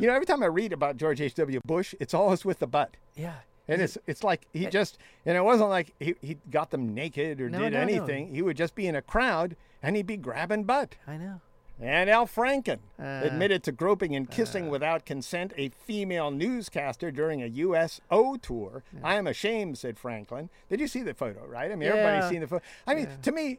[SPEAKER 1] You know, every time I read about George H.W. Bush, it's always with the butt.
[SPEAKER 2] Yeah.
[SPEAKER 1] And it's, it's like he just, and it wasn't like he, he got them naked or
[SPEAKER 2] No,
[SPEAKER 1] did
[SPEAKER 2] no, no.
[SPEAKER 1] anything. He would just be in a crowd and he'd be grabbing butt.
[SPEAKER 2] I know.
[SPEAKER 1] And Al Franken
[SPEAKER 2] Uh.
[SPEAKER 1] admitted to groping and kissing without consent a female newscaster during a USO tour. I am ashamed, said Franklin. Did you see the photo, right? I mean, everybody's
[SPEAKER 2] Yeah.
[SPEAKER 1] seen the photo. I mean, to me,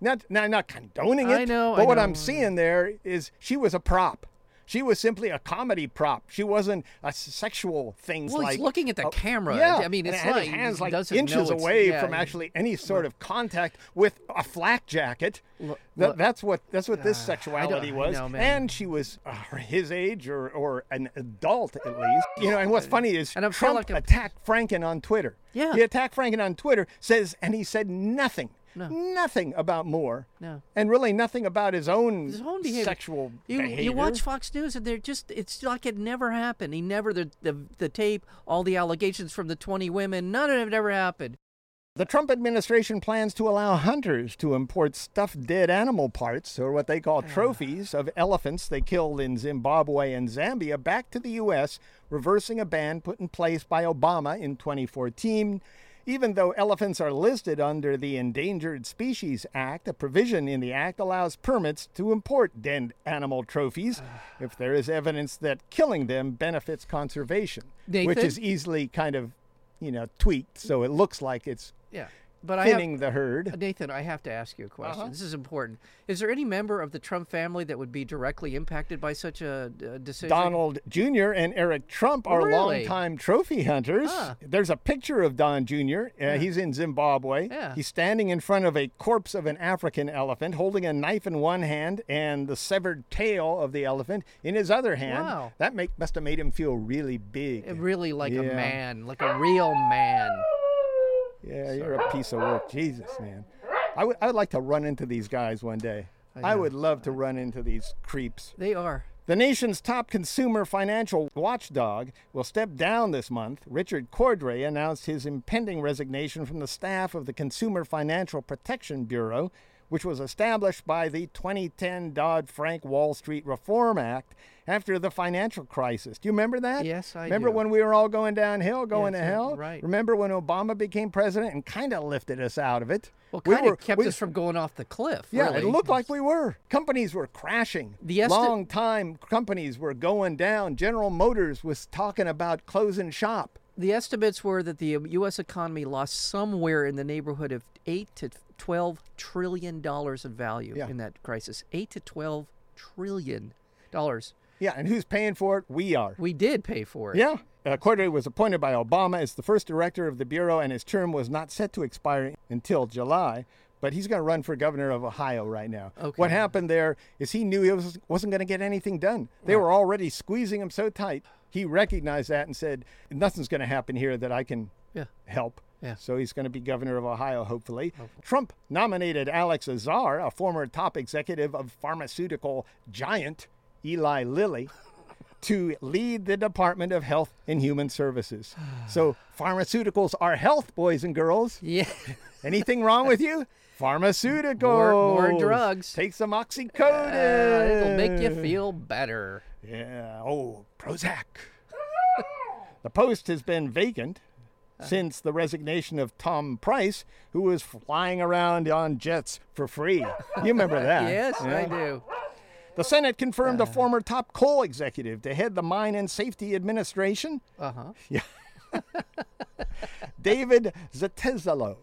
[SPEAKER 1] not, now I'm not condoning it,
[SPEAKER 2] I know,
[SPEAKER 1] but
[SPEAKER 2] I
[SPEAKER 1] what
[SPEAKER 2] know,
[SPEAKER 1] I'm
[SPEAKER 2] I
[SPEAKER 1] seeing there is she was a prop. She was simply a comedy prop. She wasn't a s- sexual things
[SPEAKER 2] Well,
[SPEAKER 1] like.
[SPEAKER 2] he's looking at the
[SPEAKER 1] oh,
[SPEAKER 2] camera.
[SPEAKER 1] Yeah,
[SPEAKER 2] I mean,
[SPEAKER 1] and
[SPEAKER 2] it's
[SPEAKER 1] it had
[SPEAKER 2] like
[SPEAKER 1] his
[SPEAKER 2] he
[SPEAKER 1] hands like
[SPEAKER 2] doesn't know
[SPEAKER 1] inches
[SPEAKER 2] it's-
[SPEAKER 1] away
[SPEAKER 2] yeah,
[SPEAKER 1] from
[SPEAKER 2] yeah.
[SPEAKER 1] actually any sort of contact with a flak jacket.
[SPEAKER 2] Look,
[SPEAKER 1] That-
[SPEAKER 2] look. Ah,
[SPEAKER 1] that's what that's what this sexuality
[SPEAKER 2] I
[SPEAKER 1] was,
[SPEAKER 2] know, man.
[SPEAKER 1] and she was uh, his age or or an adult at least. You know, and what's funny is
[SPEAKER 2] And I feel
[SPEAKER 1] Trump
[SPEAKER 2] like I'm-
[SPEAKER 1] attacked Franken on Twitter.
[SPEAKER 2] Yeah.
[SPEAKER 1] he attacked Franken on Twitter. Says and he said nothing, nothing about Moore.
[SPEAKER 2] No.
[SPEAKER 1] and really nothing about his own,
[SPEAKER 2] His own behavior.
[SPEAKER 1] sexual
[SPEAKER 2] you,
[SPEAKER 1] behavior.
[SPEAKER 2] You watch Fox News and they're just, it's like it never happened. He never, the, the, the tape, all the allegations from the 20 women, none of it ever happened.
[SPEAKER 1] The Trump administration plans to allow hunters to import stuffed dead animal parts, or what they call trophies, of elephants they killed in Zimbabwe and Zambia back to the U.S., reversing a ban put in place by Obama in 2014. Even though elephants are listed under the Endangered Species Act, a provision in the act allows permits to import dead animal trophies if there is evidence that killing them benefits conservation, which
[SPEAKER 2] Nathan?
[SPEAKER 1] is easily kind of, you know, tweaked so it looks like it's
[SPEAKER 2] Yeah. But I have,
[SPEAKER 1] thinning Uh-huh. the herd.
[SPEAKER 2] Nathan, I have to ask you a question. This is important. Is there any member of the Trump family that would be directly impacted by such a, uh decision?
[SPEAKER 1] Donald Jr. and Eric Trump are
[SPEAKER 2] Really?
[SPEAKER 1] longtime trophy hunters.
[SPEAKER 2] Huh.
[SPEAKER 1] There's a picture of Don Jr. Uh, He's in Zimbabwe.
[SPEAKER 2] Yeah.
[SPEAKER 1] He's standing in front of a corpse of an African elephant, holding a knife in one hand and the severed tail of the elephant in his other hand.
[SPEAKER 2] Wow.
[SPEAKER 1] That make, must have made him feel really big.
[SPEAKER 2] Really, like a
[SPEAKER 1] Yeah.
[SPEAKER 2] man, like a real man.
[SPEAKER 1] Yeah, you're a piece of work. Jesus, man. I would, I would like to run into these guys one day. I would love to run into these creeps.
[SPEAKER 2] They are.
[SPEAKER 1] The nation's top consumer financial watchdog will step down this month. Richard Cordray announced his impending resignation from the staff of the Consumer Financial Protection Bureau, which was established by the 2010 Dodd Frank Wall Street Reform Act after the financial crisis. Do you remember that?
[SPEAKER 2] Yes, I
[SPEAKER 1] Remember
[SPEAKER 2] do.
[SPEAKER 1] when we were all going downhill, going
[SPEAKER 2] Yes,
[SPEAKER 1] to
[SPEAKER 2] uh,
[SPEAKER 1] hell?
[SPEAKER 2] right.
[SPEAKER 1] Remember when Obama became president and kind of lifted us out of it?
[SPEAKER 2] Well,
[SPEAKER 1] We
[SPEAKER 2] kind
[SPEAKER 1] were-
[SPEAKER 2] of kept
[SPEAKER 1] we-
[SPEAKER 2] us from going off the cliff.
[SPEAKER 1] yeah, it
[SPEAKER 2] really.
[SPEAKER 1] looked like we were. Companies were crashing.
[SPEAKER 2] The esti-
[SPEAKER 1] Long time companies were going down. General Motors was talking about closing shop.
[SPEAKER 2] The estimates were that the U.S. economy lost somewhere in the neighborhood of eight to twelve trillion dollars in value
[SPEAKER 1] Yeah.
[SPEAKER 2] in that crisis. Eight to twelve trillion dollars.
[SPEAKER 1] Yeah, and who's paying for it? We are.
[SPEAKER 2] We did pay for it.
[SPEAKER 1] Yeah. Uh, Cordray was appointed by Obama as the first director of the Bureau, and his term was not set to expire until July. But he's going to run for governor of Ohio right now.
[SPEAKER 2] Okay.
[SPEAKER 1] What happened there is he knew he was, wasn't going to get anything done. They were already squeezing him so tight. He recognized that and said, Nothing's going to happen here that I can
[SPEAKER 2] Yeah.
[SPEAKER 1] help.
[SPEAKER 2] Yeah.
[SPEAKER 1] So he's going to be governor of Ohio, hopefully. Trump nominated Alex Azar, a former top executive of pharmaceutical giant Eli Lilly, to lead the Department of Health and Human Services. So pharmaceuticals are health, boys and girls.
[SPEAKER 2] Yeah.
[SPEAKER 1] Anything wrong with you? Pharmaceuticals.
[SPEAKER 2] more drugs. Uh,
[SPEAKER 1] Take some oxycodone.
[SPEAKER 2] It'll make you feel better.
[SPEAKER 1] Yeah. Oh, Prozac. the post has been vacant since the resignation of Tom Price, who was flying around on jets for free. You remember that?
[SPEAKER 2] Yes, I
[SPEAKER 1] yeah?
[SPEAKER 2] do.
[SPEAKER 1] The Senate confirmed a former top coal executive to head the Mine and Safety
[SPEAKER 2] Uh-huh.
[SPEAKER 1] Administration,
[SPEAKER 2] Uh huh.
[SPEAKER 1] David Zetezalo.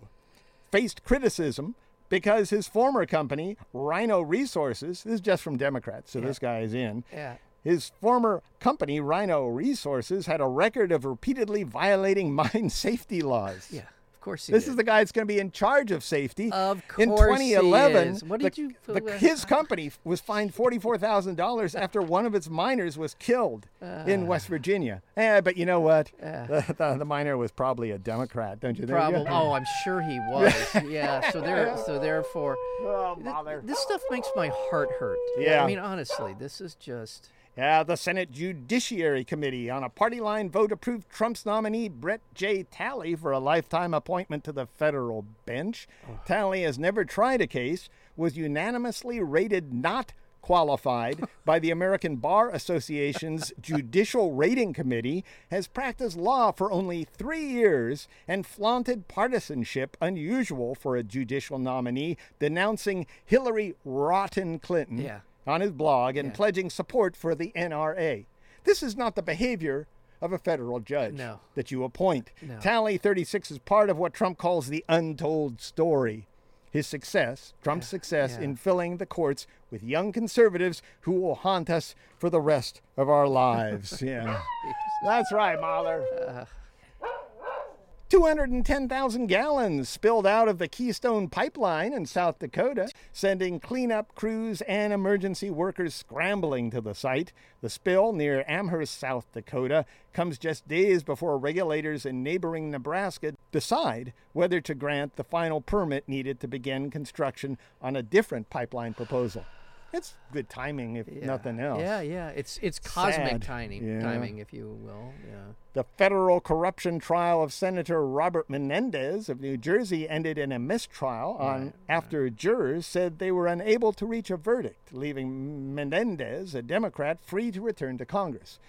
[SPEAKER 1] faced criticism because his former company, Rhino Resources, this is just from Democrats, so this guy is in.
[SPEAKER 2] Yeah.
[SPEAKER 1] His former company, Rhino Resources, had a record of repeatedly violating mine safety laws.
[SPEAKER 2] Yeah. Of course he
[SPEAKER 1] This
[SPEAKER 2] did.
[SPEAKER 1] is the guy that's going to be in charge of safety.
[SPEAKER 2] Of
[SPEAKER 1] in
[SPEAKER 2] course he
[SPEAKER 1] 2011,
[SPEAKER 2] is. What
[SPEAKER 1] the-
[SPEAKER 2] did you-
[SPEAKER 1] the- his company was fined forty-four thousand dollars after one of its miners was killed
[SPEAKER 2] Uh.
[SPEAKER 1] in West Virginia. Eh, but you know what?
[SPEAKER 2] Eh.
[SPEAKER 1] the, the, the miner was probably a Democrat, don't you think?
[SPEAKER 2] problem. Oh, I'm sure he was. Yeah. So there. So therefore,
[SPEAKER 1] Oh,
[SPEAKER 2] th-
[SPEAKER 1] bother.
[SPEAKER 2] this stuff makes my heart hurt.
[SPEAKER 1] Yeah.
[SPEAKER 2] I mean, honestly, this is just.
[SPEAKER 1] Yeah, Uh, the Senate Judiciary Committee on a party line vote approved Trump's nominee Brett J. Talley for a lifetime appointment to the federal bench. Talley has never tried a case, was unanimously rated not qualified by the American Bar Association's Judicial Rating Committee, has practiced law for only 3 years and flaunted partisanship unusual for a judicial nominee, denouncing Hillary Rotten Clinton
[SPEAKER 2] Yeah.
[SPEAKER 1] on his blog and pledging support for the NRA. This is not the behavior of a federal judge
[SPEAKER 2] No.
[SPEAKER 1] that you appoint. Tally 36 is part of what Trump calls the untold story. His success, Trump's success in filling the courts with young conservatives who will haunt us for the rest of our lives. yeah. That's right, Mahler. 210,000 gallons spilled out of the Keystone Pipeline in South Dakota, sending cleanup crews and emergency workers scrambling to the site. The spill near Amherst, South Dakota, comes just days before regulators in neighboring Nebraska decide whether to grant the final permit needed to begin construction on a different pipeline proposal. It's good timing, if nothing else.
[SPEAKER 2] Yeah, yeah. It's it's cosmic
[SPEAKER 1] Sad.
[SPEAKER 2] timing,
[SPEAKER 1] Yeah.
[SPEAKER 2] timing, if you will. Yeah.
[SPEAKER 1] The federal corruption trial of Senator Robert Menendez of New Jersey ended in a mistrial on after jurors said they were unable to reach a verdict, leaving Menendez, a Democrat, free to return to Congress.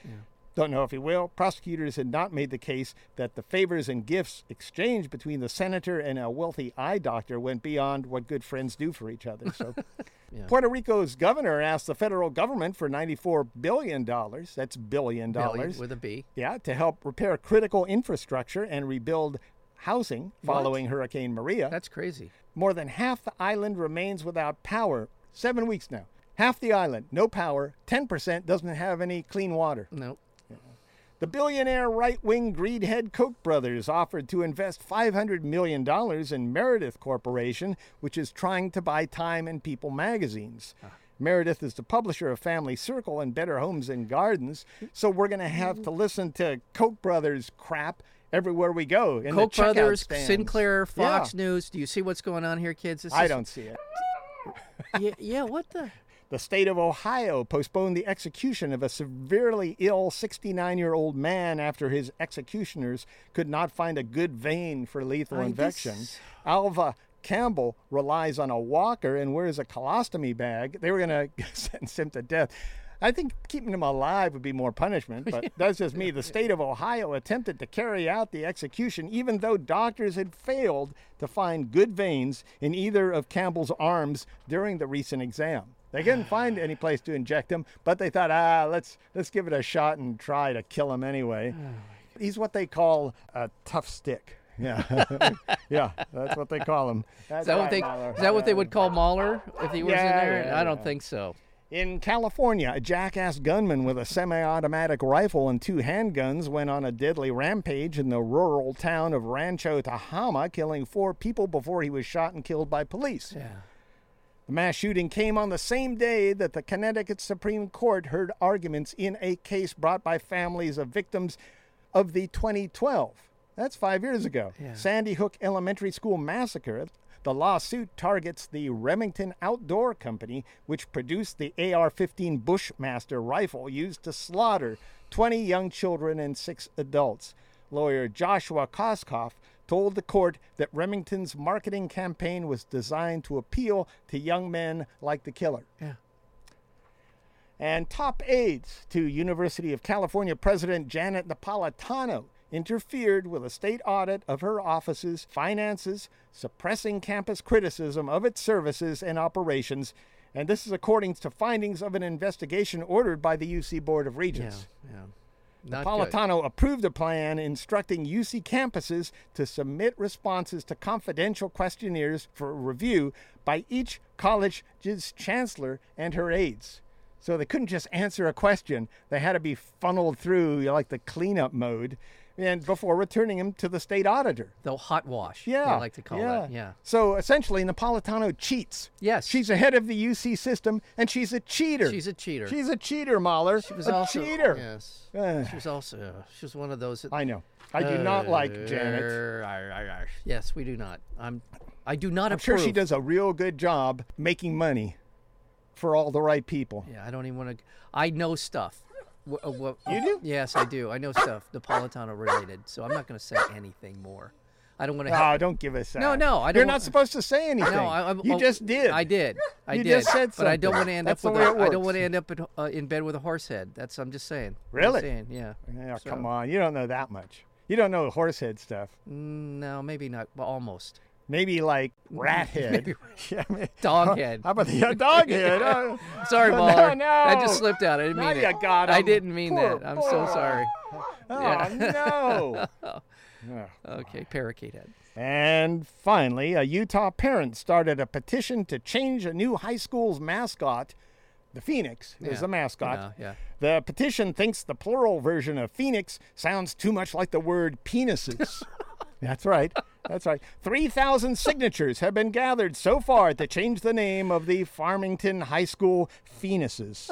[SPEAKER 1] Don't know if he will. Prosecutors had not made the case that the favors and gifts exchanged between the senator and a wealthy eye doctor went beyond what good friends do for each other. So Puerto Rico's governor asked the federal government for 94 billion dollars. That's billion dollars.
[SPEAKER 2] With a B.
[SPEAKER 1] Yeah, to help repair critical infrastructure and rebuild housing following Hurricane Maria.
[SPEAKER 2] That's crazy.
[SPEAKER 1] More than half the island remains without power. Seven weeks now. Half the island, no power. 10% doesn't have any clean water.
[SPEAKER 2] No.
[SPEAKER 1] The billionaire right wing greedhead Koch brothers offered to invest $500 million in Meredith Corporation, which is trying to buy Time and People magazines. Meredith is the publisher of Family Circle and Better Homes and Gardens, so we're going to have to listen to Koch brothers crap everywhere we go. In the
[SPEAKER 2] Koch
[SPEAKER 1] checkout
[SPEAKER 2] brothers,
[SPEAKER 1] stands.
[SPEAKER 2] Sinclair, Fox
[SPEAKER 1] Yeah.
[SPEAKER 2] News. Do you see what's going on here, kids? This
[SPEAKER 1] I
[SPEAKER 2] is-
[SPEAKER 1] don't see it.
[SPEAKER 2] Yeah, yeah. What the?
[SPEAKER 1] The state of Ohio postponed the execution of a severely ill 69 year old man after his executioners could not find a good vein for lethal
[SPEAKER 2] I
[SPEAKER 1] injection.
[SPEAKER 2] just-
[SPEAKER 1] Alva Campbell relies on a walker and wears a colostomy bag. They were going to sentence him to death. I think keeping him alive would be more punishment, but that's just me. The state of Ohio attempted to carry out the execution even though doctors had failed to find good veins in either of Campbell's arms during the recent exam. They couldn't find any place to inject him, but they thought, ah, let's let's give it a shot and try to kill him anyway. He's what they call a tough stick. Yeah, yeah, that's what they call him.
[SPEAKER 2] Is that what they? Is that what they would call Mahler if he was
[SPEAKER 1] Yeah,
[SPEAKER 2] in there?
[SPEAKER 1] yeah,
[SPEAKER 2] I don't
[SPEAKER 1] yeah.
[SPEAKER 2] think so.
[SPEAKER 1] In California, a jackass gunman with a semi automatic rifle and two handguns went on a deadly rampage in the rural town of Rancho Tahama, killing four people before he was shot and killed by police.
[SPEAKER 2] Yeah.
[SPEAKER 1] The mass shooting came on the same day that the Connecticut Supreme Court heard arguments in a case brought by families of victims of the 2012. That's five years ago. Sandy Hook Elementary School massacre. The lawsuit targets the Remington Outdoor Company, which produced the AR 15 Bushmaster rifle used to slaughter 20 young children and six adults. Lawyer Joshua Koskoff told the court that Remington's marketing campaign was designed to appeal to young men like the killer.
[SPEAKER 2] Yeah.
[SPEAKER 1] And top aides to University of California President Janet Napolitano interfered with a state audit of her office's finances, suppressing campus criticism of its services and operations. And this is according to findings of an investigation ordered by the UC Board of
[SPEAKER 2] Yeah.
[SPEAKER 1] Regents.
[SPEAKER 2] Yeah. Not good.
[SPEAKER 1] Napolitano approved a plan instructing UC campuses to submit responses to confidential questionnaires for review by each college's chancellor and her aides. So they couldn't just answer a question, they had to be funneled through you know, like the cleanup mode and before returning them to the state auditor.
[SPEAKER 2] The hot wash. they
[SPEAKER 1] Yeah.
[SPEAKER 2] like to call
[SPEAKER 1] yeah.
[SPEAKER 2] it. Yeah.
[SPEAKER 1] So essentially, Napolitano cheats.
[SPEAKER 2] Yes.
[SPEAKER 1] She's ahead of the UC system, and she's a cheater.
[SPEAKER 2] She's a cheater.
[SPEAKER 1] She's a cheater, Mahler. She
[SPEAKER 2] was
[SPEAKER 1] a
[SPEAKER 2] also,
[SPEAKER 1] cheater.
[SPEAKER 2] Yes.
[SPEAKER 1] Ugh.
[SPEAKER 2] She was also. she was one of those. That,
[SPEAKER 1] I know. I do not like
[SPEAKER 2] Uh,
[SPEAKER 1] Janet.
[SPEAKER 2] Arr, arr, arr, arr. Yes, we do not. I'm. I do not
[SPEAKER 1] I'm sure
[SPEAKER 2] approve.
[SPEAKER 1] she does a real good job making money for all the right people.
[SPEAKER 2] Yeah, I don't even want to. I know stuff. Wh- uh, wh-
[SPEAKER 1] You do?
[SPEAKER 2] Yes, I do. I know stuff Napolitano related, so I'm not going to say anything more. I don't want to.
[SPEAKER 1] Oh, don't give us that.
[SPEAKER 2] No, no, I
[SPEAKER 1] You're
[SPEAKER 2] don't
[SPEAKER 1] not
[SPEAKER 2] want-
[SPEAKER 1] supposed to say anything.
[SPEAKER 2] No, I, I,
[SPEAKER 1] you
[SPEAKER 2] oh,
[SPEAKER 1] just did.
[SPEAKER 2] I did. I
[SPEAKER 1] You
[SPEAKER 2] did.
[SPEAKER 1] just said
[SPEAKER 2] But I don't
[SPEAKER 1] something.
[SPEAKER 2] want to end
[SPEAKER 1] That's the
[SPEAKER 2] up with.
[SPEAKER 1] way
[SPEAKER 2] a-
[SPEAKER 1] it
[SPEAKER 2] I don't
[SPEAKER 1] works.
[SPEAKER 2] want to end up in, uh, in bed with a horse head. That's. I'm just saying. I'm
[SPEAKER 1] Really?
[SPEAKER 2] saying, yeah.
[SPEAKER 1] Yeah,
[SPEAKER 2] So-
[SPEAKER 1] come on. You don't know that much. You don't know horsehead stuff.
[SPEAKER 2] Mm, No, maybe not. Well, almost.
[SPEAKER 1] Maybe like rat head. yeah, I mean-
[SPEAKER 2] Dog head.
[SPEAKER 1] How about the yeah, dog head? Oh.
[SPEAKER 2] Sorry,
[SPEAKER 1] No,
[SPEAKER 2] Mahler.
[SPEAKER 1] no.
[SPEAKER 2] That just slipped out. I didn't
[SPEAKER 1] Now
[SPEAKER 2] mean
[SPEAKER 1] you
[SPEAKER 2] it.
[SPEAKER 1] got
[SPEAKER 2] I
[SPEAKER 1] him.
[SPEAKER 2] didn't mean
[SPEAKER 1] Poor
[SPEAKER 2] that. I'm so
[SPEAKER 1] boy.
[SPEAKER 2] sorry.
[SPEAKER 1] Oh,
[SPEAKER 2] Yeah.
[SPEAKER 1] no. Yeah.
[SPEAKER 2] Okay, parakeet head.
[SPEAKER 1] And finally, a Utah parent started a petition to change a new high school's mascot. The Phoenix is
[SPEAKER 2] Yeah.
[SPEAKER 1] the mascot.
[SPEAKER 2] No, yeah.
[SPEAKER 1] The petition thinks the plural version of Phoenix sounds too much like the word penises. That's right. That's right. 3,000 signatures have been gathered so far to change the name of the Farmington High School Phoenixes.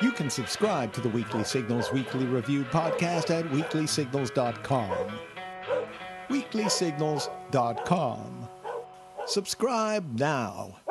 [SPEAKER 3] You can subscribe to the Weekly Signals Weekly Review podcast at weeklysignals.com. Weeklysignals.com. Subscribe now.